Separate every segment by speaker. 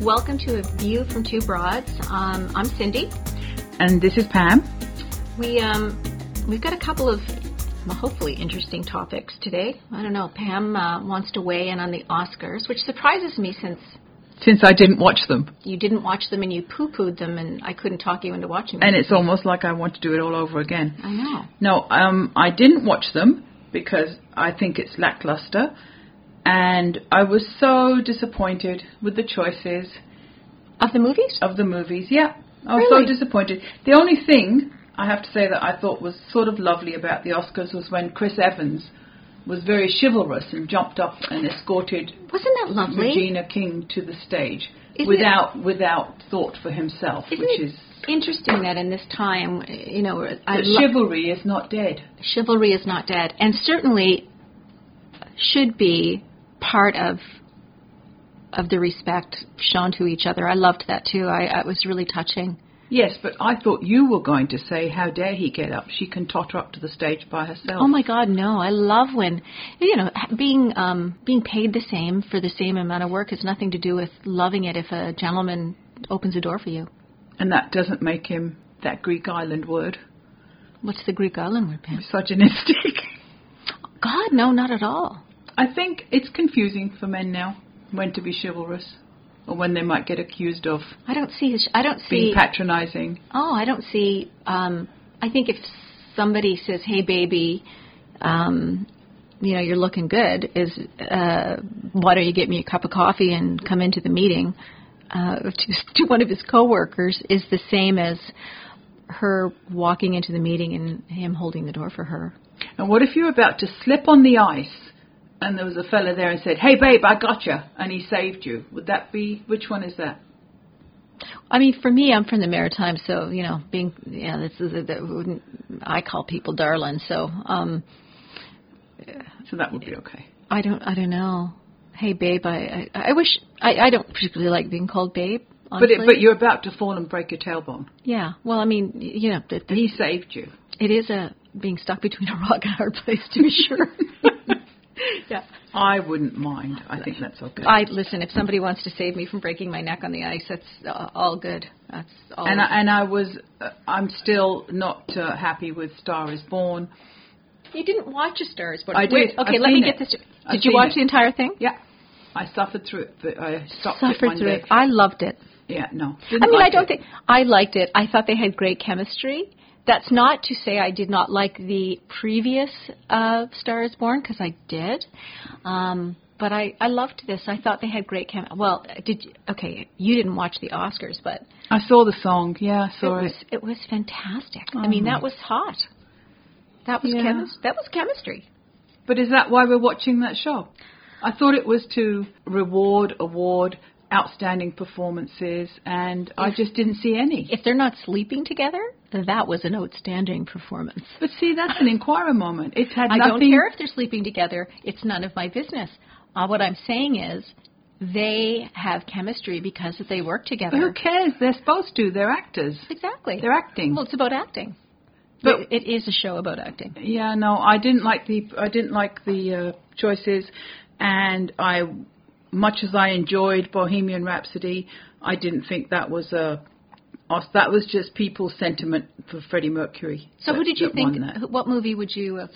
Speaker 1: Welcome to A View from Two Broads. Um, I'm Cindy.
Speaker 2: And this is Pam.
Speaker 1: We um, we've got a couple of well, hopefully interesting topics today. I don't know. Pam uh, wants to weigh in on the Oscars, which surprises me since
Speaker 2: Since I didn't watch them,
Speaker 1: you didn't watch them and you poo-pooed them, and I couldn't talk you into watching them.
Speaker 2: and it's almost like I want to do it all over again.
Speaker 1: I know.
Speaker 2: No, um, I didn't watch them because I think it's lackluster, and I was so disappointed with the choices
Speaker 1: Of the movies?
Speaker 2: of the movies. Yeah, I was
Speaker 1: Really?
Speaker 2: so disappointed. The only thing I have to say that I thought was sort of lovely about the Oscars was when Chris Evans was very chivalrous and jumped up and escorted
Speaker 1: Wasn't that lovely?
Speaker 2: Regina King to the stage
Speaker 1: Isn't it-
Speaker 2: without without thought for himself,
Speaker 1: Isn't
Speaker 2: which
Speaker 1: it
Speaker 2: is
Speaker 1: interesting that in this time, you know, I
Speaker 2: that
Speaker 1: lo-
Speaker 2: chivalry is not dead.
Speaker 1: chivalry is not dead, and certainly should be part of of the respect shown to each other. I loved that too. I, I it was really touching.
Speaker 2: Yes, but I thought you were going to say, "How dare he get up? She can totter up to the stage by herself."
Speaker 1: Oh my God, no! I love when you know h- being um, being paid the same for the same amount of work has nothing to do with loving it if a gentleman opens a door for you.
Speaker 2: and that doesn't make him that Greek island word
Speaker 1: What's the Greek island word, Pam?
Speaker 2: misogynistic.
Speaker 1: God, no, not at all.
Speaker 2: I think it's confusing for men now when to be chivalrous or when they might get accused of
Speaker 1: I don't see. his- I don't see.
Speaker 2: being patronizing.
Speaker 1: Oh, I don't see. Um, I think if somebody says, "Hey, baby," um, you know, you're looking good. Is uh, why don't you get me a cup of coffee and come into the meeting? Uh, to, to one of his coworkers is the same as her walking into the meeting and him holding the door for her.
Speaker 2: And what if you're about to slip on the ice and there was a fella there and said, "Hey babe, I gotcha," and he saved you? Would that be which one is that?
Speaker 1: I mean, for me, I'm from the Maritimes, so you know, being yeah, this is a, that wouldn't I call people darling? So um,
Speaker 2: So that would be okay.
Speaker 1: I don't. I don't know. Hey, babe. I. I, I wish. I. I don't particularly like being called babe.
Speaker 2: But
Speaker 1: Honestly.
Speaker 2: it, but you're about to fall and break your tailbone.
Speaker 1: yeah. Well, I mean, y- you know, that that
Speaker 2: He saved you.
Speaker 1: it is a being stuck between a rock and a hard place to be sure. yeah.
Speaker 2: I wouldn't mind. I think that's okay.
Speaker 1: I listen. If somebody wants to save me from breaking my neck on the ice, that's uh, all good. That's all.
Speaker 2: and I, and I was uh, I'm still not uh, happy with Star Is Born.
Speaker 1: you didn't watch A Star Is Born.
Speaker 2: I did.
Speaker 1: Wait, okay,
Speaker 2: I've
Speaker 1: let me
Speaker 2: seen
Speaker 1: get
Speaker 2: it.
Speaker 1: this. Did
Speaker 2: I've
Speaker 1: you
Speaker 2: seen
Speaker 1: watch
Speaker 2: it.
Speaker 1: the entire thing?
Speaker 2: Yeah, I suffered through it. But I stopped it
Speaker 1: Suffered
Speaker 2: one
Speaker 1: through
Speaker 2: day.
Speaker 1: it. I loved it.
Speaker 2: Yeah, no.
Speaker 1: I
Speaker 2: Didn't
Speaker 1: mean, I
Speaker 2: like
Speaker 1: don't
Speaker 2: it.
Speaker 1: think I liked it. I thought they had great chemistry. That's not to say I did not like the previous uh, Star Is Born because I did, um, but I I loved this. I thought they had great chem. Well, did you, okay. You didn't watch the Oscars, but
Speaker 2: I saw the song. Yeah, I
Speaker 1: it
Speaker 2: saw
Speaker 1: was it was fantastic. I mean, that was hot. That was
Speaker 2: Uh-huh. Yeah.
Speaker 1: chemis- That was chemistry.
Speaker 2: But is that why we're watching that show? I thought it was to reward, award outstanding performances, and I just didn't see any.
Speaker 1: If they're not sleeping together, that was an outstanding performance.
Speaker 2: But see, that's an inquirer moment. It's had
Speaker 1: I don't
Speaker 2: nothing.
Speaker 1: care if they're sleeping together. It's none of my business. Uh, what I'm saying is they have chemistry because they work
Speaker 2: But who
Speaker 1: together.
Speaker 2: cares? They're supposed to. They're actors.
Speaker 1: Exactly.
Speaker 2: They're acting.
Speaker 1: Well, it's about acting.
Speaker 2: But-
Speaker 1: It- it is a show about acting.
Speaker 2: Yeah, no, I didn't like the I didn't like the uh, choices, and I, much as I enjoyed Bohemian Rhapsody, I didn't think that was a os- that was just people's sentiment for Freddie Mercury.
Speaker 1: So, who
Speaker 2: that-
Speaker 1: did you
Speaker 2: that
Speaker 1: think?
Speaker 2: won that.
Speaker 1: who- What movie would you have?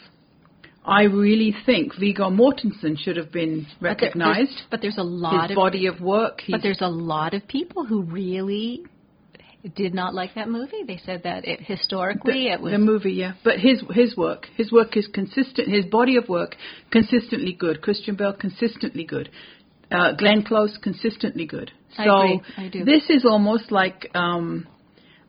Speaker 2: I really think Viggo Mortensen should have
Speaker 1: but
Speaker 2: been
Speaker 1: there- there's-
Speaker 2: recognised.
Speaker 1: But there's a lot
Speaker 2: His
Speaker 1: of.
Speaker 2: body of work. He's,
Speaker 1: But there's a lot of people who really did not like that movie. They said that it historically it was
Speaker 2: the movie, yeah. But his his work, his work is consistent. His body of work consistently good. Christian Bell consistently good. Uh, Glenn Close consistently good. So
Speaker 1: I agree. I do.
Speaker 2: this is almost like um,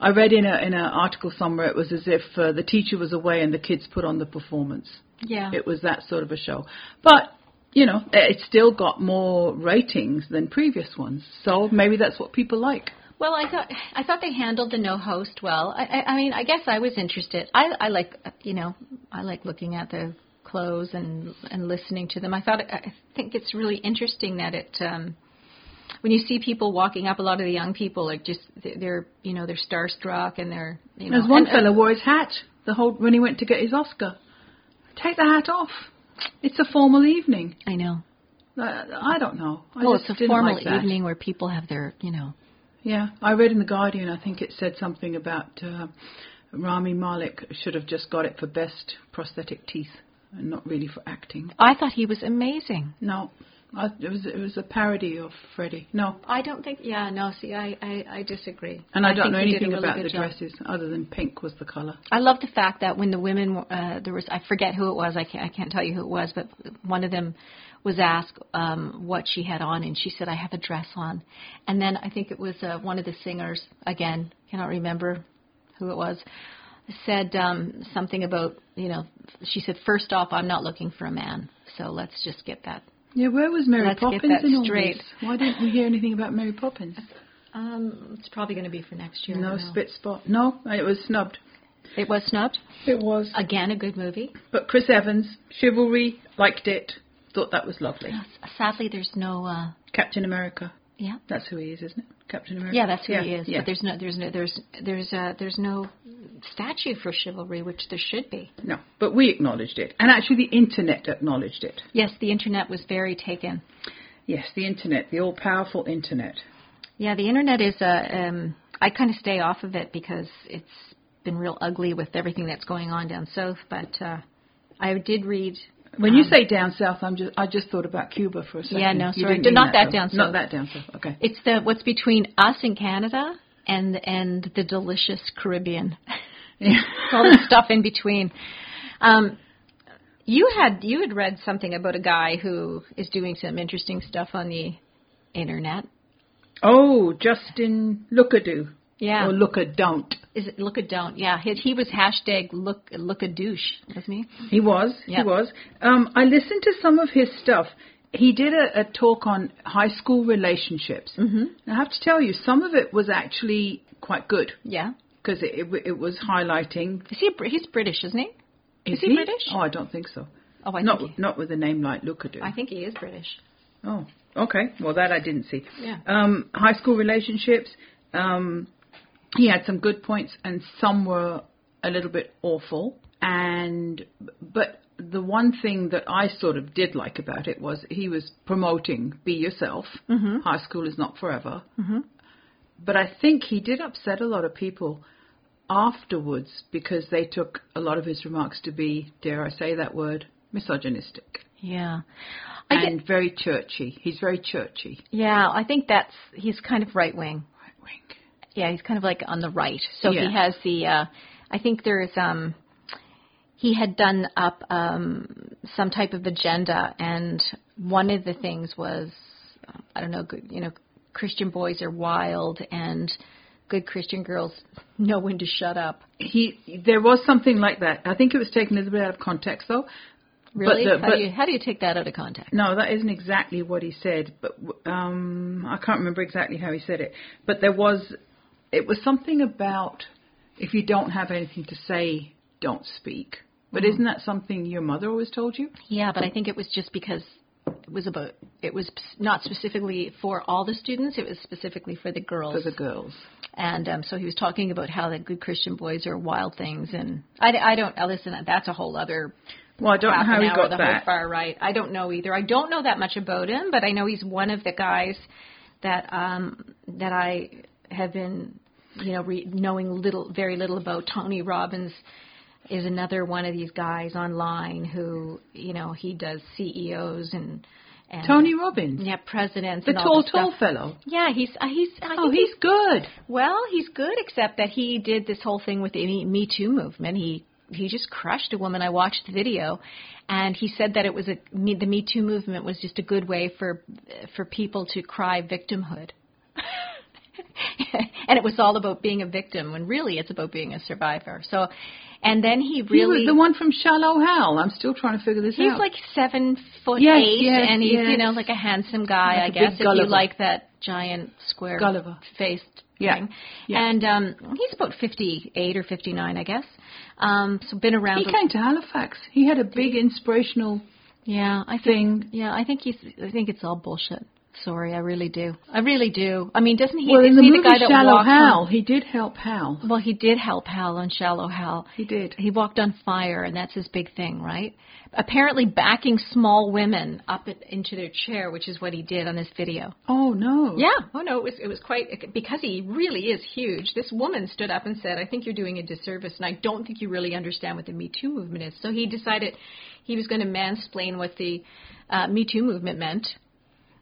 Speaker 2: I read in a in an article somewhere. It was as if uh, the teacher was away and the kids put on the performance.
Speaker 1: yeah.
Speaker 2: It was that sort of a show. But you know, it still got more ratings than previous ones. So maybe that's what people like.
Speaker 1: Well, I thought I thought they handled the no host well. I, I, I mean, I guess I was interested. I, I like uh, you know I like looking at the clothes and and listening to them. I thought I think it's really interesting that it um, when you see people walking up, a lot of the young people are just they're you know they're starstruck and they're you know
Speaker 2: There's one
Speaker 1: and,
Speaker 2: fella wore his hat the whole when he went to get his Oscar. Take the hat off. It's a formal evening.
Speaker 1: I know.
Speaker 2: I, I don't know. I
Speaker 1: well, it's
Speaker 2: just
Speaker 1: a
Speaker 2: didn't
Speaker 1: formal
Speaker 2: like that.
Speaker 1: evening where people have their, you know,
Speaker 2: Yeah, I read in the Guardian. I think it said something about uh, Rami Malek should have just got it for best prosthetic teeth and not really for acting.
Speaker 1: I thought he was amazing.
Speaker 2: No, I, it was it was a parody of Freddie. No,
Speaker 1: I don't think. Yeah, no. See, I I, I disagree.
Speaker 2: and I, don't
Speaker 1: think
Speaker 2: know
Speaker 1: he did a
Speaker 2: anything
Speaker 1: really
Speaker 2: about
Speaker 1: good
Speaker 2: the
Speaker 1: job.
Speaker 2: dresses other than pink was the color.
Speaker 1: I love the fact that when the women were- uh, there was I forget who it was I can't I can't tell you who it was but one of them was asked um, what she had on and she said I have a dress on and then I think it was uh, one of the singers again cannot remember who it was said um, something about you know she said first off I'm not looking for a man so let's just get that
Speaker 2: Yeah, where was Mary
Speaker 1: Let's get
Speaker 2: Poppins
Speaker 1: that
Speaker 2: in all
Speaker 1: straight.
Speaker 2: this? Why didn't we hear anything about Mary Poppins?
Speaker 1: um, it's probably going to be for next year I
Speaker 2: No
Speaker 1: don't know.
Speaker 2: spit spot. No, it was snubbed.
Speaker 1: it was snubbed
Speaker 2: It was.
Speaker 1: again a good movie
Speaker 2: But Chris Evans, Chivalry, liked it. Thought that was lovely.
Speaker 1: sadly there's no uh,
Speaker 2: Captain America.
Speaker 1: yeah
Speaker 2: That's who he is, isn't it? Captain America.
Speaker 1: Yeah, that's who he is.
Speaker 2: Yeah.
Speaker 1: But there's no, there's no, there's, there's, uh, there's no statue for chivalry, which there should be.
Speaker 2: no, but we acknowledged it, and actually the internet acknowledged it.
Speaker 1: Yes, the internet was very taken.
Speaker 2: Yes, the internet, the all-powerful internet.
Speaker 1: Yeah, the internet is a. Um, I kind of stay off of it because it's been real ugly with everything that's going on down south. But uh, I did read.
Speaker 2: When you say down south, I'm just I just thought about Cuba for a second.
Speaker 1: Um, Yeah, no,
Speaker 2: You
Speaker 1: sorry.
Speaker 2: didn't
Speaker 1: Did-
Speaker 2: mean
Speaker 1: not that
Speaker 2: though.
Speaker 1: down south.
Speaker 2: Not that down south. Okay.
Speaker 1: It's the what's between us and Canada and and the delicious Caribbean. all the stuff in between. Um, you had you had read something about a guy who is doing some interesting stuff on the internet.
Speaker 2: Oh, Justin Lookadoo.
Speaker 1: Yeah,
Speaker 2: Or Looker don't.
Speaker 1: is it look a don't? Yeah, he, he was hashtag look look a douche, wasn't he?
Speaker 2: He was.
Speaker 1: Yeah.
Speaker 2: He was. Um, I listened to some of his stuff. He did a, a talk on high school relationships. Mm-hmm. I have to tell you, some of it was actually quite good
Speaker 1: Yeah,
Speaker 2: because it, it, w- it was highlighting
Speaker 1: is he? a Br- He's British, isn't he?
Speaker 2: Is,
Speaker 1: he British?
Speaker 2: Oh, I don't think so.
Speaker 1: Oh, I
Speaker 2: not
Speaker 1: think he,
Speaker 2: not with a name like Lookadoo.
Speaker 1: I think he is British.
Speaker 2: oh, okay. Well, that I didn't see.
Speaker 1: Yeah.
Speaker 2: Um, high school relationships. Um, he had some good points, and some were a little bit awful. And but the one thing that I sort of did like about it was he was promoting be yourself. High school is not forever. Mm-hmm. But I think he did upset a lot of people afterwards because they took a lot of his remarks to be, dare I say that word, misogynistic
Speaker 1: Yeah, I get,
Speaker 2: and very churchy. He's very churchy.
Speaker 1: yeah. I think that's he's kind of right wing.
Speaker 2: Right wing.
Speaker 1: Yeah, he's kind of like on the right. So
Speaker 2: Yeah.
Speaker 1: he has the. Uh, I think there's. Um, he had done up um, some type of agenda, and one of the things was, uh, I don't know, good, you know, Christian boys are wild, and good Christian girls know when to shut up.
Speaker 2: He there was something like that. I think it was taken a little bit out of context though.
Speaker 1: Really?
Speaker 2: But the,
Speaker 1: how,
Speaker 2: but
Speaker 1: do you, how do you take that out of context?
Speaker 2: no, that isn't exactly what he said. But w- um, I can't remember exactly how he said it. But there was it was something about if you don't have anything to say, don't speak.
Speaker 1: Mm-hmm.
Speaker 2: But isn't that something your mother always told you?
Speaker 1: Yeah, but I think it was just because it was about. It was not specifically for all the students. It was specifically for the girls.
Speaker 2: For the girls.
Speaker 1: And um, so he was talking about how the good Christian boys are wild things, and I, I don't uh, listen. That's a whole other
Speaker 2: Well, I don't know
Speaker 1: half
Speaker 2: how
Speaker 1: an
Speaker 2: he
Speaker 1: hour,
Speaker 2: got
Speaker 1: the whole
Speaker 2: that.
Speaker 1: far right. I don't know either. I don't know that much about him, but I know he's one of the guys that um, that I have been, you know, re- knowing little, very little about. Tony Robbins is another one of these guys online who, you know, he does CEOs and, and
Speaker 2: Tony Robbins,
Speaker 1: yeah, presidents,
Speaker 2: the
Speaker 1: and all
Speaker 2: tall,
Speaker 1: this
Speaker 2: tall
Speaker 1: stuff.
Speaker 2: fellow.
Speaker 1: Yeah, he's uh, he's. I
Speaker 2: Oh,
Speaker 1: think
Speaker 2: he's good.
Speaker 1: well, he's good, except that he did this whole thing with the Me- Me Too movement. He he just crushed a woman. I watched the video, and he said that it was a me- the Me Too movement was just a good way for for people to cry victimhood. and it was all about being a victim when really it's about being a survivor. So, and then he
Speaker 2: He was
Speaker 1: really
Speaker 2: the one from Shallow Hal. I'm still trying to figure this
Speaker 1: He's
Speaker 2: out.
Speaker 1: like seven foot
Speaker 2: Yes,
Speaker 1: eight,
Speaker 2: yes,
Speaker 1: and he's you
Speaker 2: yes.
Speaker 1: know like a handsome guy,
Speaker 2: Like
Speaker 1: I
Speaker 2: a big
Speaker 1: guess. If you
Speaker 2: Gulliver.
Speaker 1: like that giant square
Speaker 2: Gulliver.
Speaker 1: faced
Speaker 2: Yeah,
Speaker 1: thing,
Speaker 2: yeah.
Speaker 1: and um, he's about fifty eight or fifty nine, I guess. Um, so been around.
Speaker 2: he
Speaker 1: a-
Speaker 2: came to Halifax. He had a big inspirational
Speaker 1: yeah, I think.
Speaker 2: thing.
Speaker 1: Yeah, I think he's. I think it's all bullshit. Sorry, I really do. I really do. I mean, doesn't he?
Speaker 2: well, in
Speaker 1: is
Speaker 2: the
Speaker 1: he
Speaker 2: movie
Speaker 1: the guy that
Speaker 2: Shallow
Speaker 1: walks
Speaker 2: Hal,
Speaker 1: On,
Speaker 2: he did help Hal.
Speaker 1: well, he did help Hal on Shallow Hal.
Speaker 2: He did.
Speaker 1: He walked on fire, and that's his big thing, right? Apparently, backing small women up it- into their chair, which is what he did on this video.
Speaker 2: Oh no.
Speaker 1: Yeah. Oh no, it was it was quite because he really is huge. This woman stood up and said, "I think you're doing a disservice, and I don't think you really understand what the Me Too movement is." So he decided he was going to mansplain what the uh, Me Too movement meant,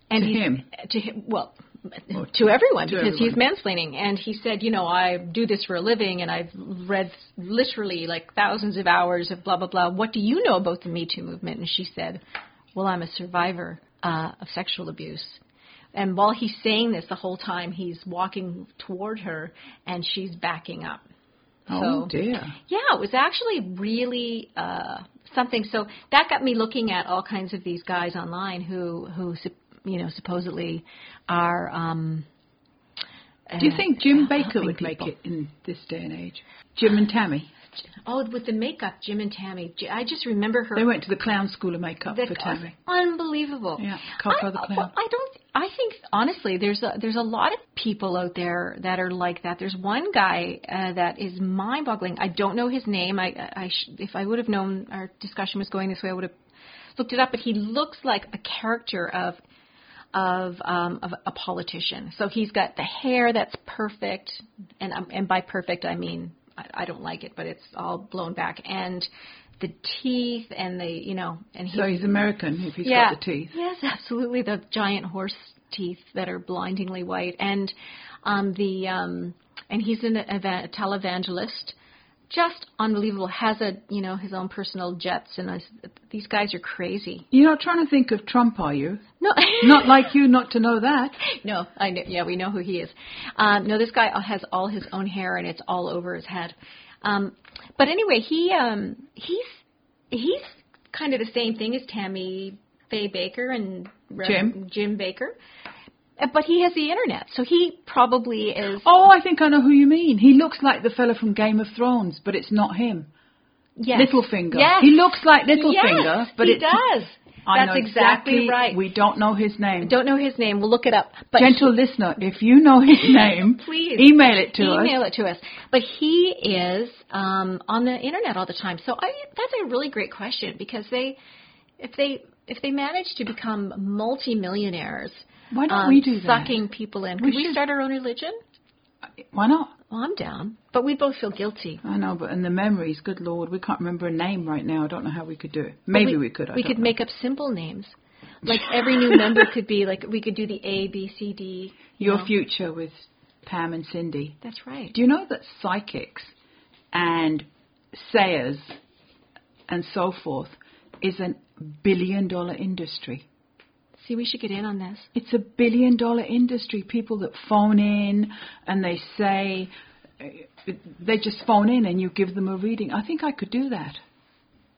Speaker 1: and
Speaker 2: To
Speaker 1: he,
Speaker 2: him.
Speaker 1: to him, well.
Speaker 2: to-
Speaker 1: To everyone,
Speaker 2: to
Speaker 1: because he's mansplaining, and he said, you know, I do this for a living, and I've read literally like thousands of hours of blah blah blah. What do you know about the Me Too movement? And she said, well, I'm a survivor uh, of sexual abuse. And while he's saying this, the whole time he's walking toward her, and she's backing up.
Speaker 2: Oh
Speaker 1: So-
Speaker 2: dear.
Speaker 1: Yeah, it was actually really uh, something. So that got me looking at all kinds of these guys online who who sup- you know supposedly are. Um,
Speaker 2: Do you
Speaker 1: uh,
Speaker 2: think Jim Baker
Speaker 1: helping
Speaker 2: would make
Speaker 1: people.
Speaker 2: it in this day and age? Jim and Tammy.
Speaker 1: Oh, with the makeup, Jim and Tammy. J- I just remember her.
Speaker 2: They went to the clown school of makeup
Speaker 1: That
Speaker 2: for
Speaker 1: was
Speaker 2: Tammy.
Speaker 1: Unbelievable.
Speaker 2: Yeah, Coco
Speaker 1: I,
Speaker 2: the
Speaker 1: well,
Speaker 2: Clown.
Speaker 1: I don't. I think honestly, there's a there's a lot of people out there that are like that. There's one guy uh, that is mind-boggling. I don't know his name. I I sh- if I would have known our discussion was going this way, I would have looked it up. But he looks like a character of of um, of a politician. So he's got the hair that's perfect, and um, and by perfect I mean I, I don't like it, but it's all blown back and. The teeth and the you know and he's
Speaker 2: So he's American if he's got the teeth.
Speaker 1: Yes, absolutely. The giant horse teeth that are blindingly white, and um, the um, and he's an eva- televangelist. Just unbelievable. Has a you know his own personal jets, and I s- these guys are crazy.
Speaker 2: You're not trying to think of Trump, are you?
Speaker 1: No,
Speaker 2: Not like you not to know that.
Speaker 1: no, I know, yeah, we know who he is. Um, no, this guy has all his own hair and it's all over his head. Um, but anyway, he um, he's he's kind of the same thing as Tammy Faye Baker and Rev-
Speaker 2: Jim.
Speaker 1: Jim Baker, Uh, but he has the internet, so he probably is.
Speaker 2: Oh, I think I know who you mean. He looks like the fella from Game of Thrones, but it's not him.
Speaker 1: yes.
Speaker 2: Littlefinger.
Speaker 1: Yes.
Speaker 2: He looks like
Speaker 1: yes,
Speaker 2: Littlefinger, but
Speaker 1: he
Speaker 2: it's
Speaker 1: does.
Speaker 2: I
Speaker 1: That's
Speaker 2: know exactly,
Speaker 1: right.
Speaker 2: We don't know his name.
Speaker 1: don't know his name. We'll look it up. But
Speaker 2: Gentle listener, if you know his name,
Speaker 1: Please.
Speaker 2: email it to us.
Speaker 1: email it to us. But he is um, on the internet all the time, so I, that's a really great question because they, if they if they manage to become multimillionaires,
Speaker 2: Why don't
Speaker 1: um,
Speaker 2: we do that?
Speaker 1: sucking people in? Could
Speaker 2: We
Speaker 1: we,
Speaker 2: should-
Speaker 1: start our own religion?
Speaker 2: Why not?
Speaker 1: Well, I'm down, but we both feel guilty.
Speaker 2: I know, but and the memories, good lord, we can't remember a name right now. I don't know how we could do it. Maybe we, could. I
Speaker 1: we
Speaker 2: don't
Speaker 1: could
Speaker 2: know.
Speaker 1: make up simple names. Like every new member could be like we could do the A B C D. you
Speaker 2: your
Speaker 1: know.
Speaker 2: future with Pam and Cindy.
Speaker 1: That's right.
Speaker 2: Do you know that psychics and sayers and so forth is a billion dollar industry?
Speaker 1: See, we should get in on this.
Speaker 2: It's a billion dollar industry. People that phone in and they say, they just phone in and you give them a reading. I think I could do that.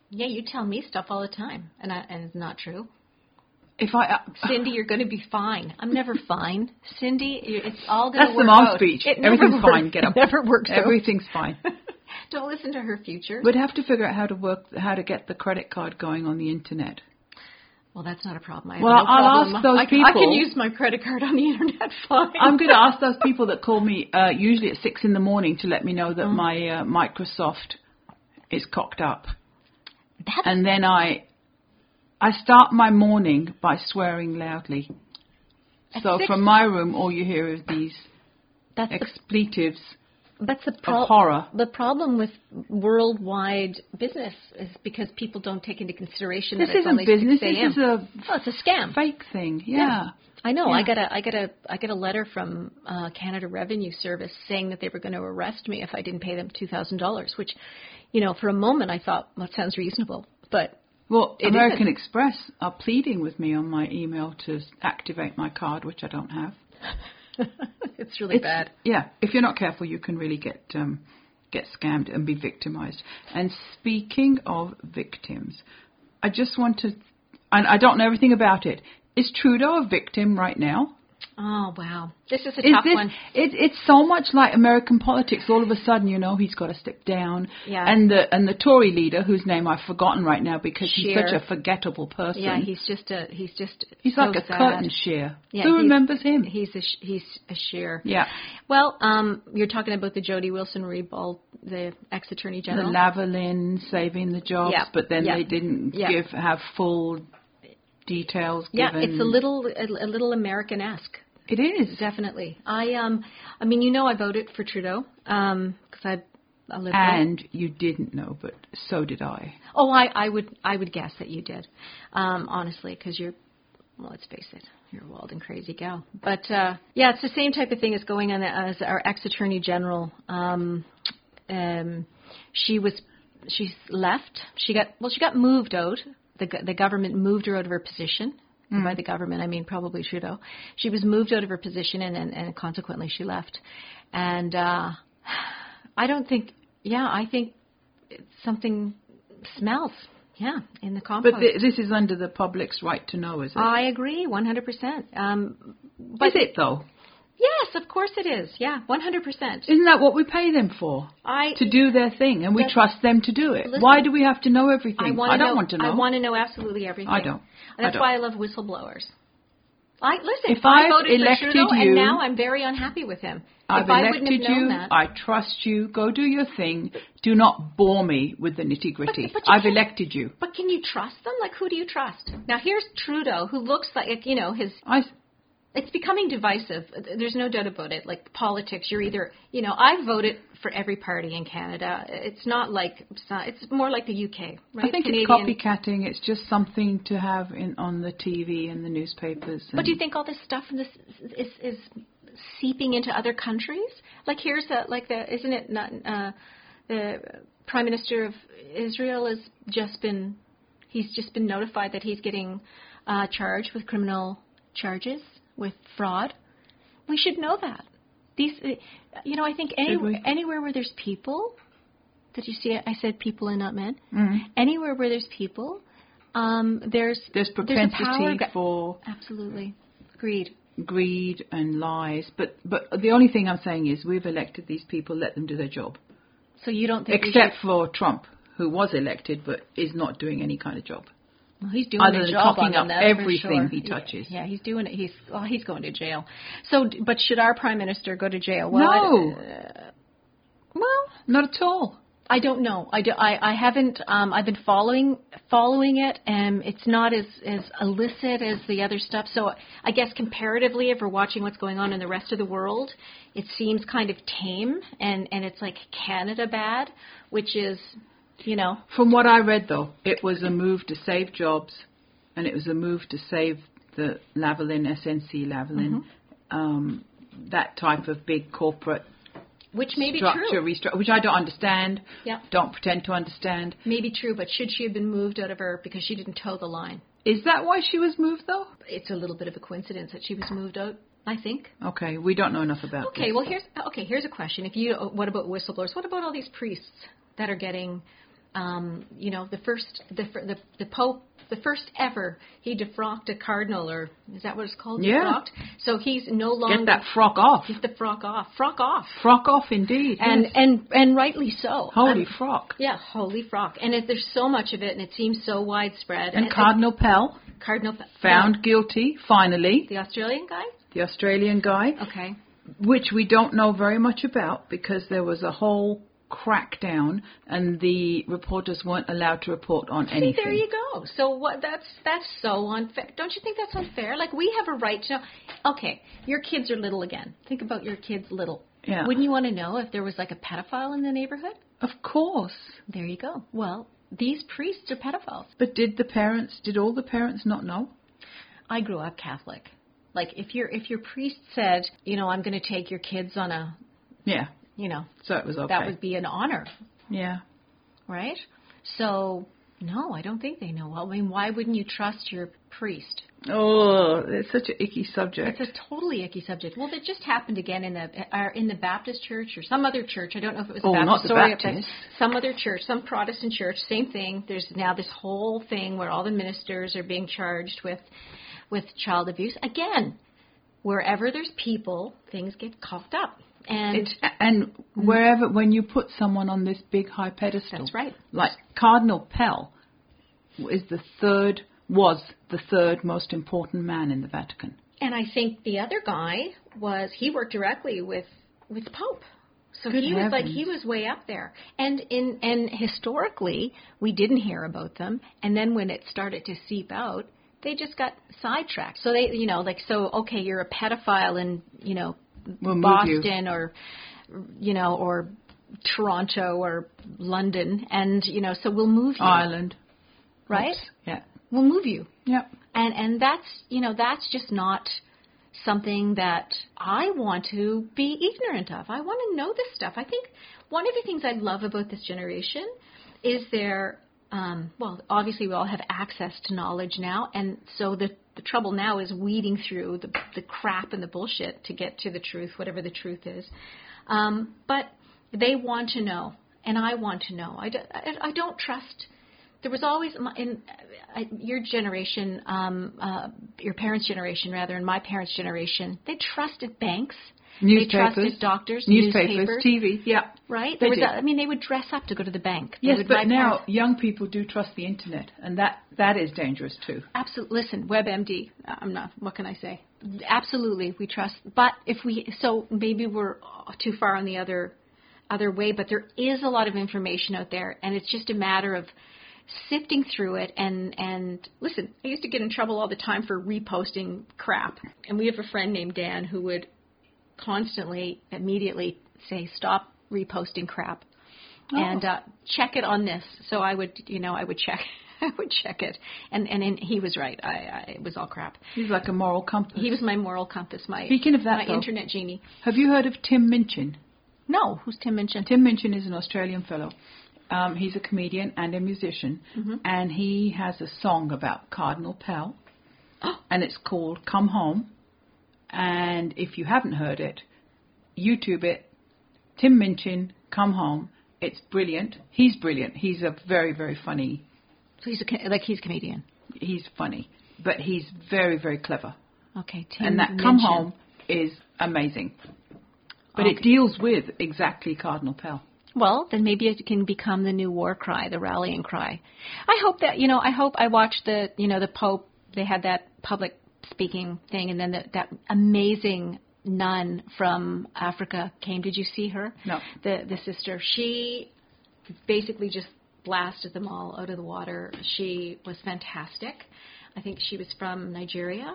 Speaker 1: Yeah, you tell me stuff all the time, and I, and it's not true.
Speaker 2: If I,
Speaker 1: Cindy, you're going to be fine. I'm never fine. Cindy, you- it's all going
Speaker 2: that's
Speaker 1: to
Speaker 2: the
Speaker 1: work
Speaker 2: mom
Speaker 1: out.
Speaker 2: speech.
Speaker 1: It never
Speaker 2: Everything's
Speaker 1: works.
Speaker 2: fine. Get up.
Speaker 1: It never works out.
Speaker 2: Everything's fine.
Speaker 1: Don't listen to her future.
Speaker 2: We'd have to figure out how to work, how to get the credit card going on the internet.
Speaker 1: well, that's not a problem. I have
Speaker 2: Well,
Speaker 1: no
Speaker 2: I'll
Speaker 1: problem.
Speaker 2: ask those
Speaker 1: I, can- I can
Speaker 2: people.
Speaker 1: use my credit card on the internet fine.
Speaker 2: I'm going to ask those people that call me uh, usually at six in the morning to let me know that my uh, Microsoft is cocked up,
Speaker 1: That's,
Speaker 2: and then I I start my morning by swearing loudly. So
Speaker 1: six-
Speaker 2: from my room, all you hear is these
Speaker 1: that's, the,
Speaker 2: expletives.
Speaker 1: that's the
Speaker 2: of horror.
Speaker 1: The problem with worldwide business is because people don't take into consideration
Speaker 2: This
Speaker 1: that it's
Speaker 2: isn't
Speaker 1: only
Speaker 2: business.
Speaker 1: 6
Speaker 2: This is
Speaker 1: a.m.
Speaker 2: a
Speaker 1: oh, it's a scam.
Speaker 2: fake thing. Yeah.
Speaker 1: I know. I
Speaker 2: Yeah.
Speaker 1: got a I got a I got a letter from uh, Canada Revenue Service saying that they were going to arrest me if I didn't pay them two thousand dollars. Which, you know, for a moment I thought well, it sounds reasonable, but
Speaker 2: Well,
Speaker 1: It
Speaker 2: American
Speaker 1: isn't.
Speaker 2: Express are pleading with me on my email to s- activate my card, which I don't have.
Speaker 1: it's really bad.
Speaker 2: Yeah, if you're not careful, you can really get um, get scammed and be victimized. And speaking of victims, I just want to, and I don't know everything about it. Is Trudeau a victim right now?
Speaker 1: Oh wow, this is a
Speaker 2: Is
Speaker 1: tough
Speaker 2: this,
Speaker 1: one.
Speaker 2: It, it's so much like American politics. All of a sudden, you know, he's got to step down.
Speaker 1: Yeah.
Speaker 2: And the and the Tory leader, whose name I've forgotten right now because
Speaker 1: Scheer.
Speaker 2: he's such a forgettable person.
Speaker 1: Yeah, he's just a he's just
Speaker 2: he's
Speaker 1: so
Speaker 2: like a
Speaker 1: sad.
Speaker 2: curtain sheer.
Speaker 1: Yeah,
Speaker 2: Who
Speaker 1: he's-
Speaker 2: remembers him?
Speaker 1: He's a sh- he's a sheer.
Speaker 2: yeah.
Speaker 1: Well, um, you're talking about the Jody Wilson Rebald, the ex attorney
Speaker 2: The
Speaker 1: general.
Speaker 2: Lavalin saving the jobs,
Speaker 1: Yeah,
Speaker 2: but then
Speaker 1: yeah,
Speaker 2: they didn't
Speaker 1: yeah.
Speaker 2: give have full details
Speaker 1: yeah,
Speaker 2: given.
Speaker 1: it's a little a, a little American-esque.
Speaker 2: It is.
Speaker 1: Definitely. I um I mean you know I voted for Trudeau um cuz I a liberal.
Speaker 2: And you didn't know, but so did I.
Speaker 1: oh I I would I would guess that you did. Um honestly cuz you're well, let's face it. You're a wild and crazy gal. But uh yeah, it's the same type of thing as going on as our ex-attorney general um um she was she's left. She got well she got moved out. The go- the government moved her out of her position. And By the government, I mean probably Trudeau. She was moved out of her position, and and, and consequently she left. And uh, I don't think, yeah, I think something smells, yeah, in the compost.
Speaker 2: But th- this is under the public's right to know, is it?
Speaker 1: I agree, 100%. Um, Uh, but
Speaker 2: is it though?
Speaker 1: yes, of course it is. Yeah, 100%.
Speaker 2: Isn't that what we pay them for?
Speaker 1: I
Speaker 2: to do their thing, and we
Speaker 1: That's-
Speaker 2: trust them to do it.
Speaker 1: Listen,
Speaker 2: Why do we have to know everything?
Speaker 1: I want
Speaker 2: I
Speaker 1: to
Speaker 2: don't
Speaker 1: know,
Speaker 2: want to know.
Speaker 1: I want to know absolutely everything.
Speaker 2: I don't. I
Speaker 1: And that's
Speaker 2: don't.
Speaker 1: why I love whistleblowers. I listen.
Speaker 2: If
Speaker 1: I
Speaker 2: I've
Speaker 1: voted
Speaker 2: elected
Speaker 1: for Trudeau, and
Speaker 2: you-
Speaker 1: now I'm very unhappy with him.
Speaker 2: I've
Speaker 1: if I wouldn't
Speaker 2: elected
Speaker 1: have known
Speaker 2: you.
Speaker 1: that,
Speaker 2: I trust you. Go do your thing. Do not bore me with the nitty gritty.
Speaker 1: But- but you
Speaker 2: I've
Speaker 1: can't-
Speaker 2: elected you.
Speaker 1: But can you trust them? Like, who do you trust? Now, here's Trudeau, who looks like, you know, his.
Speaker 2: I. s-
Speaker 1: It's becoming divisive. There's no doubt about it. Like, politics, you're either, you know, I voted for every party in Canada. It's not like, it's, not, it's more like the UK, right?
Speaker 2: I think
Speaker 1: Canadian.
Speaker 2: it's copycatting. It's just something to have in on the TV and the newspapers.
Speaker 1: But
Speaker 2: and-
Speaker 1: do you think all this stuff in this is, is seeping into other countries? Like, here's the, like, the, isn't it not, uh, the Prime Minister of Israel has just been he's just been notified that he's getting uh, charged with criminal charges with fraud. We should know that. These, uh, you know, I think any,
Speaker 2: Should we?
Speaker 1: anywhere where there's people, did you see? it? I said people and not men.
Speaker 2: mm.
Speaker 1: Anywhere where there's people, um, there's
Speaker 2: there's
Speaker 1: a power
Speaker 2: propensity
Speaker 1: gra-
Speaker 2: for
Speaker 1: absolutely greed.
Speaker 2: greed and lies. But but the only thing I'm saying is we've elected these people. Let them do their job.
Speaker 1: So you don't think we
Speaker 2: Except for Trump, who was elected but is not doing any kind of job.
Speaker 1: should- well, he's doing
Speaker 2: other
Speaker 1: a
Speaker 2: than
Speaker 1: job
Speaker 2: cocking
Speaker 1: on them,
Speaker 2: up
Speaker 1: that's for
Speaker 2: everything
Speaker 1: sure.
Speaker 2: he
Speaker 1: Yeah,
Speaker 2: touches.
Speaker 1: Yeah, he's doing it. He's well, he's going to jail. So, d- but should our prime minister go to jail? Well, I- uh,
Speaker 2: No.
Speaker 1: well,
Speaker 2: Not at all.
Speaker 1: I don't know. I, do, I, I haven't. Um, I've been following following it, and it's not as as illicit as the other stuff. So I guess comparatively, if we're watching what's going on in the rest of the world, it seems kind of tame, and and it's like Canada bad, which is, you know,
Speaker 2: From what I read, though, it was a move to save jobs, and it was a move to save the Lavalin, SNC Lavalin,
Speaker 1: Mm-hmm.
Speaker 2: um, that type of big corporate
Speaker 1: which may be
Speaker 2: structure,
Speaker 1: true.
Speaker 2: restructure, which I don't understand.
Speaker 1: Yeah.
Speaker 2: Don't pretend to understand.
Speaker 1: May be true, but should she have been moved out of her because she didn't toe the line?
Speaker 2: Is that why she was moved, though?
Speaker 1: It's a little bit of a coincidence that she was moved out. I think.
Speaker 2: Okay, we don't know enough about.
Speaker 1: Okay,
Speaker 2: this.
Speaker 1: well here's okay. Here's a question. If you, what about whistleblowers? What about all these priests that are getting, um, you know, the first, the fir- the the pope, the first ever he defrocked a cardinal, or is that what it's called?
Speaker 2: Yeah.
Speaker 1: Defrocked. So he's no longer
Speaker 2: Get that frock off.
Speaker 1: Get the frock off. Frock off.
Speaker 2: Frock off, indeed.
Speaker 1: And
Speaker 2: yes.
Speaker 1: and and rightly so.
Speaker 2: holy
Speaker 1: Um,
Speaker 2: frock.
Speaker 1: yeah, holy frock. And it, there's so much of it, and it seems so widespread.
Speaker 2: And Cardinal Pell
Speaker 1: Cardinal
Speaker 2: found guilty finally.
Speaker 1: the Australian guy.
Speaker 2: The Australian guy.
Speaker 1: Okay.
Speaker 2: which we don't know very much about because there was a whole crackdown and the reporters weren't allowed to report on
Speaker 1: See,
Speaker 2: anything.
Speaker 1: there you go. So what? That's that's so unfair. Don't you think that's unfair? Like we have a right to know. Okay, your kids are little again. Think about your kids little.
Speaker 2: Yeah.
Speaker 1: Wouldn't you want to know if there was like a pedophile in the neighborhood?
Speaker 2: Of course.
Speaker 1: There you go. Well, these priests are pedophiles.
Speaker 2: But did the parents did all the parents not know?
Speaker 1: I grew up Catholic. Like if your if your priest said, you know, I'm going to take your kids on a,
Speaker 2: Yeah.
Speaker 1: you know,
Speaker 2: So it was okay.
Speaker 1: that would be an honor,
Speaker 2: yeah.
Speaker 1: right? So no, I don't think they know. Well, I mean, why wouldn't you trust your priest?
Speaker 2: Oh, it's such an icky subject.
Speaker 1: It's a totally icky subject. Well, that just happened again in the uh, in the Baptist church or some other church. I don't know if it was
Speaker 2: Oh,
Speaker 1: a Baptist.
Speaker 2: not the
Speaker 1: Sorry,
Speaker 2: Baptist.
Speaker 1: but some other church, some Protestant church. Same thing. There's now this whole thing where all the ministers are being charged with with child abuse again. wherever there's people, things get coughed up. And
Speaker 2: It's, and
Speaker 1: Mm.
Speaker 2: wherever when you put someone on this big high pedestal,
Speaker 1: That's right.
Speaker 2: Like Cardinal Pell is the third was the third most important man in the Vatican.
Speaker 1: and I think the other guy was he worked directly with with the Pope. So
Speaker 2: Good
Speaker 1: he was like
Speaker 2: heavens.
Speaker 1: he was way up there. And in and historically we didn't hear about them and then when it started to seep out, they just got sidetracked. So they you know, like so okay, you're a pedophile in, you know,
Speaker 2: We'll move you.
Speaker 1: Boston or you know, or Toronto or London and you know, so we'll move you.
Speaker 2: Ireland,
Speaker 1: right?
Speaker 2: Yeah,
Speaker 1: We'll move you
Speaker 2: yeah.
Speaker 1: and and that's you know that's just not something that I want to be ignorant of. I want to know this stuff. I think one of the things I love about this generation is their um, well, obviously we all have access to knowledge now, and so the the trouble now is weeding through the the crap and the bullshit to get to the truth, whatever the truth is. Um, but they want to know, and I want to know. I, do, I, I don't trust there was always my- in uh, your generation, um, uh, your parents' generation rather, and my parents' generation, they trusted banks,
Speaker 2: Newspapers,
Speaker 1: they trusted doctors,
Speaker 2: newspapers, TV. Yeah,
Speaker 1: right?
Speaker 2: They
Speaker 1: There was
Speaker 2: did.
Speaker 1: a- I mean, they would dress up to go to the bank. They
Speaker 2: Yes,
Speaker 1: would- my
Speaker 2: but now
Speaker 1: parents-
Speaker 2: young people do trust the internet, and that that is dangerous too.
Speaker 1: absolute listen webmd i'm not what can i say absolutely we trust but if we so maybe we're too far on the other other way but there is a lot of information out there and it's just a matter of sifting through it and and listen i used to get in trouble all the time for reposting crap and we have a friend named dan who would constantly immediately say stop reposting crap
Speaker 2: Oh.
Speaker 1: and uh, check it on this. So I would, you know, I would check, I would check it, and and, and he was right. I, I it was all crap.
Speaker 2: He's like a moral compass.
Speaker 1: He was my moral compass, my
Speaker 2: Speaking of that,
Speaker 1: my
Speaker 2: though.
Speaker 1: internet genie.
Speaker 2: Have you heard of Tim Minchin?
Speaker 1: No, who's Tim Minchin?
Speaker 2: Tim Minchin is an Australian fellow. Um, he's a comedian and a musician,
Speaker 1: Mm-hmm.
Speaker 2: and he has a song about Cardinal Pell,
Speaker 1: Oh.
Speaker 2: and it's called "Come Home." And if you haven't heard it, YouTube it. Tim Minchin, "Come Home." It's brilliant. He's brilliant. He's a very, very funny
Speaker 1: So he's a, co- like he's a comedian.
Speaker 2: he's funny, but he's very, very clever.
Speaker 1: Okay, Tim.
Speaker 2: And that come
Speaker 1: Minchin.
Speaker 2: home is amazing. But
Speaker 1: Okay.
Speaker 2: it deals with exactly Cardinal Pell.
Speaker 1: Well, then maybe it can become the new war cry, the rallying cry. I hope that you know. I hope I watched the you know the Pope. They had that public speaking thing, and then the, that amazing nun from Africa came. Did you see her?
Speaker 2: No.
Speaker 1: The the sister. She basically just blasted them all out of the water. She was fantastic. I think she was from Nigeria,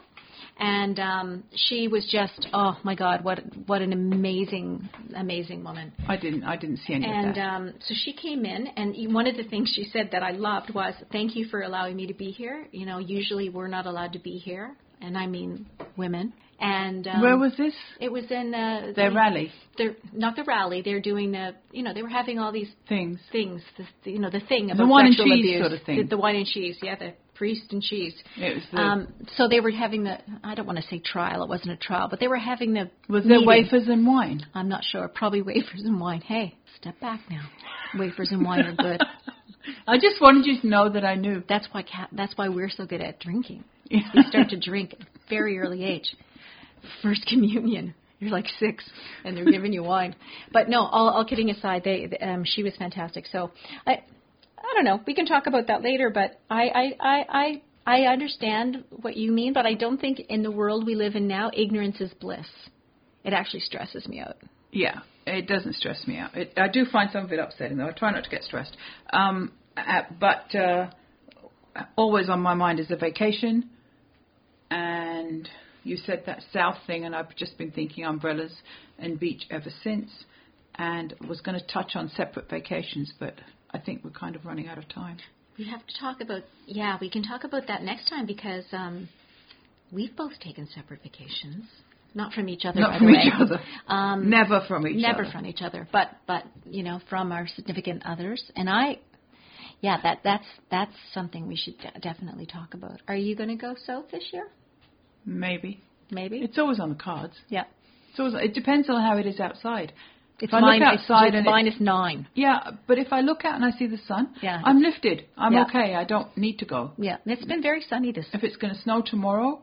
Speaker 1: and um, she was just oh my god, what what an amazing amazing woman.
Speaker 2: I didn't I didn't see any of
Speaker 1: And
Speaker 2: that.
Speaker 1: um, so she came in, and e- one of the things she said that I loved was, "Thank you for allowing me to be here. You know, usually we're not allowed to be here, and I mean women." And um,
Speaker 2: Where was this?
Speaker 1: it was in uh,
Speaker 2: Their
Speaker 1: the-
Speaker 2: rally
Speaker 1: Their, not the rally. They're doing the, you know, they were having all these
Speaker 2: things.
Speaker 1: things, the, the- you know, the thing about
Speaker 2: The wine and
Speaker 1: sexual
Speaker 2: cheese
Speaker 1: abuse,
Speaker 2: sort of thing.
Speaker 1: The, the wine and cheese, yeah, the priest and cheese.
Speaker 2: It was the,
Speaker 1: Um, so they were having the, I don't want to say trial, it wasn't a trial, but they were having the.
Speaker 2: was there
Speaker 1: meeting.
Speaker 2: wafers and wine?
Speaker 1: I'm not sure. Probably wafers and wine. Hey, step back now. Wafers and wine are good.
Speaker 2: I just wanted you to know that I knew.
Speaker 1: That's why cat, that's why we're so good at drinking. We start to drink at a very early age. First communion, you're like six, and they're giving you wine. But no, all, all kidding aside, they um, she was fantastic. So I I don't know. We can talk about that later. But I I I I, I understand what you mean, but I don't think in the world we live in now, ignorance is bliss. It actually stresses me out.
Speaker 2: Yeah, it doesn't stress me out. It, I do find some of it upsetting, though. I try not to get stressed. Um, uh, but uh, always on my mind is a vacation. And you said that south thing, and I've just been thinking umbrellas and beach ever since. And was going to touch on separate vacations, but I think we're kind of running out of time.
Speaker 1: We have to talk about yeah, we can talk about that next time because um, we've both taken separate vacations, not from each other.
Speaker 2: Not
Speaker 1: by
Speaker 2: from
Speaker 1: the way.
Speaker 2: each other.
Speaker 1: Um,
Speaker 2: never from each
Speaker 1: never
Speaker 2: other.
Speaker 1: from each other, but but you know from our significant others. And I, yeah, that that's that's something we should de- definitely talk about. Are you going to go south this year?
Speaker 2: Maybe.
Speaker 1: Maybe.
Speaker 2: It's always on the cards.
Speaker 1: yeah.
Speaker 2: It's always, it depends on how it is outside.
Speaker 1: It's
Speaker 2: if I
Speaker 1: minus,
Speaker 2: look outside
Speaker 1: it's
Speaker 2: and it's
Speaker 1: minus nine.
Speaker 2: Yeah, but if I look out and I see the sun,
Speaker 1: Yeah.
Speaker 2: I'm lifted. I'm
Speaker 1: Yeah.
Speaker 2: okay. I don't need to go.
Speaker 1: Yeah, And it's been very sunny this.
Speaker 2: If it's going to snow tomorrow,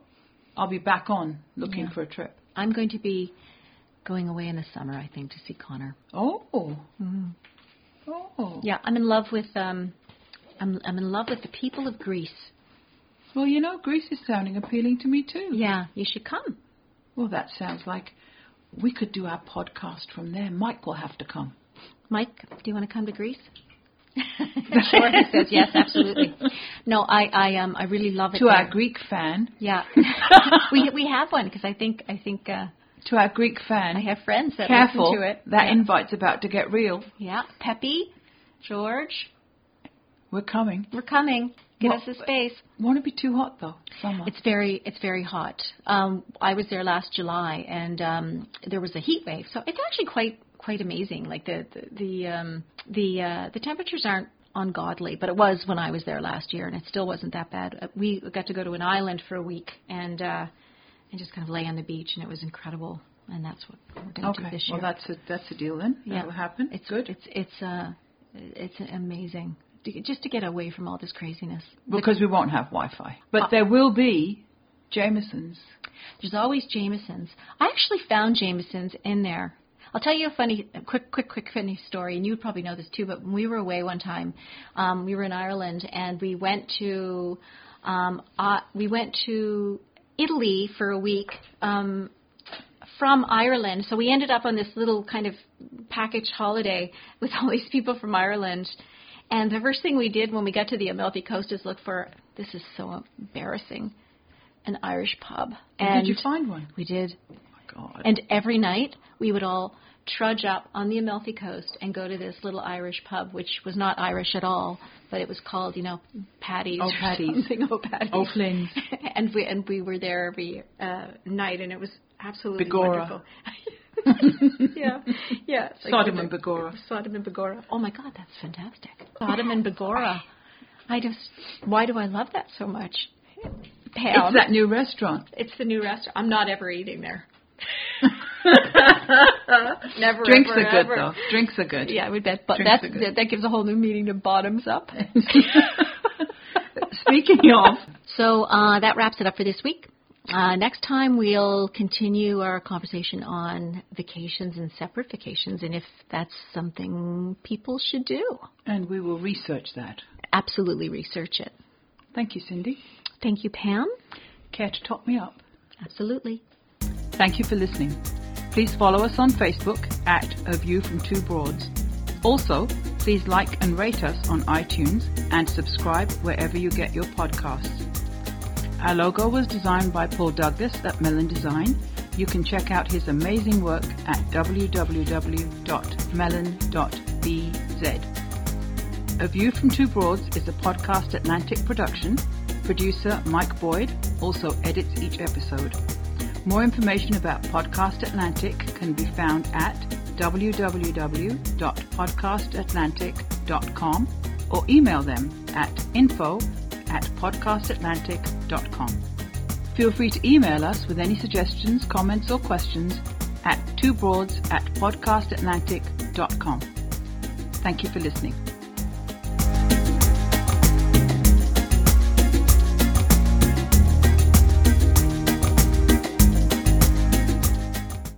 Speaker 2: I'll be back on looking
Speaker 1: Yeah.
Speaker 2: for a trip.
Speaker 1: I'm going to be going away in the summer, I think, to see Connor.
Speaker 2: Oh. Oh.
Speaker 1: Mm-hmm. Yeah, I'm in love with um, I'm I'm in love with the people of Greece.
Speaker 2: Well, you know, Greece is sounding appealing to me too.
Speaker 1: Yeah, you should come.
Speaker 2: Well, that sounds like we could do our podcast from there. Mike will have to come.
Speaker 1: Mike, do you want to come to Greece? sure, he says yes, absolutely. No, I I um I really love it.
Speaker 2: To our
Speaker 1: there.
Speaker 2: Greek fan,
Speaker 1: yeah, we we have one because I think I think uh,
Speaker 2: to our Greek fan,
Speaker 1: I have friends that
Speaker 2: careful,
Speaker 1: listen to it.
Speaker 2: that
Speaker 1: yeah.
Speaker 2: invite's about to get real.
Speaker 1: yeah, Peppy, George,
Speaker 2: We're coming.
Speaker 1: we're coming. Give
Speaker 2: Well,
Speaker 1: us a space.
Speaker 2: Won't it be too hot though? Summer.
Speaker 1: It's very it's very hot. Um, I was there last July and um, there was a heat wave, so it's actually quite quite amazing. Like the the the um, the, uh, the temperatures aren't ungodly, but it was when I was there last year, and it still wasn't that bad. Uh, We got to go to an island for a week and uh, and just kind of lay on the beach, and it was incredible. And that's what we're going to do
Speaker 2: okay.
Speaker 1: this year.
Speaker 2: Well, that's a that's a deal then.
Speaker 1: Yeah.
Speaker 2: That will happen.
Speaker 1: it's
Speaker 2: good.
Speaker 1: It's it's uh, it's amazing To- just to get away from all this craziness.
Speaker 2: because we won't have Wi-Fi, but
Speaker 1: Uh,
Speaker 2: there will be Jamesons.
Speaker 1: There's always Jamesons. I actually found Jamesons in there. I'll tell you a funny, a quick, quick, quick, funny story, and you would probably know this too. But when we were away one time, um, we were in Ireland, and we went to, um, uh, we went to Italy for a week um, from Ireland. So we ended up on this little kind of package holiday with all these people from Ireland. And the first thing we did when we got to the Amalfi Coast is look for this is so embarrassing, an Irish pub. And
Speaker 2: Did you find one?
Speaker 1: we did.
Speaker 2: Oh my God.
Speaker 1: And every night we would all trudge up on the Amalfi Coast and go to this little Irish pub, which was not Irish at all, but it was called, you know, Paddy's.
Speaker 2: Oh,
Speaker 1: or
Speaker 2: Paddy's.
Speaker 1: something. Oh, Paddy's.
Speaker 2: O'Flynn's.
Speaker 1: and we and we were there every uh, night, and it was absolutely
Speaker 2: Begorra.
Speaker 1: wonderful. yeah, yeah. It's
Speaker 2: Sodom and Begorra.
Speaker 1: Sodom and Begorra. Oh my God, that's fantastic. Sodom and Begorra. I just, why do I love that so much? Pam,
Speaker 2: it's that new restaurant.
Speaker 1: it's the new restaurant. I'm not ever eating there. Never.
Speaker 2: Drinks
Speaker 1: ever,
Speaker 2: are good
Speaker 1: ever.
Speaker 2: though. Drinks are good.
Speaker 1: Yeah, I would bet. But
Speaker 2: Drinks
Speaker 1: that's,
Speaker 2: are good.
Speaker 1: that, that gives a whole new meaning to bottoms up.
Speaker 2: Speaking of,
Speaker 1: So uh, that wraps it up for this week. Uh, next time we'll continue our conversation on vacations and separate vacations, and if that's something people should do,
Speaker 2: and we will research that.
Speaker 1: absolutely research it.
Speaker 2: Thank you, Cindy.
Speaker 1: Thank you, Pam.
Speaker 2: Care to top me up?
Speaker 1: Absolutely.
Speaker 2: Thank you for listening. Please follow us on Facebook at A View from Two Broads. Also, please like and rate us on iTunes and subscribe wherever you get your podcasts. Our logo was designed by Paul Douglas at Mellon Design. You can check out his amazing work at www.mellon.bz. A View from Two Broads is a podcast Atlantic production. Producer Mike Boyd also edits each episode. More information about Podcast Atlantic can be found at www.podcastatlantic.com or email them at info at podcastatlantic.com. Feel free to email us with any suggestions, comments, or questions at twobroads at podcastatlantic.com. Thank you for listening.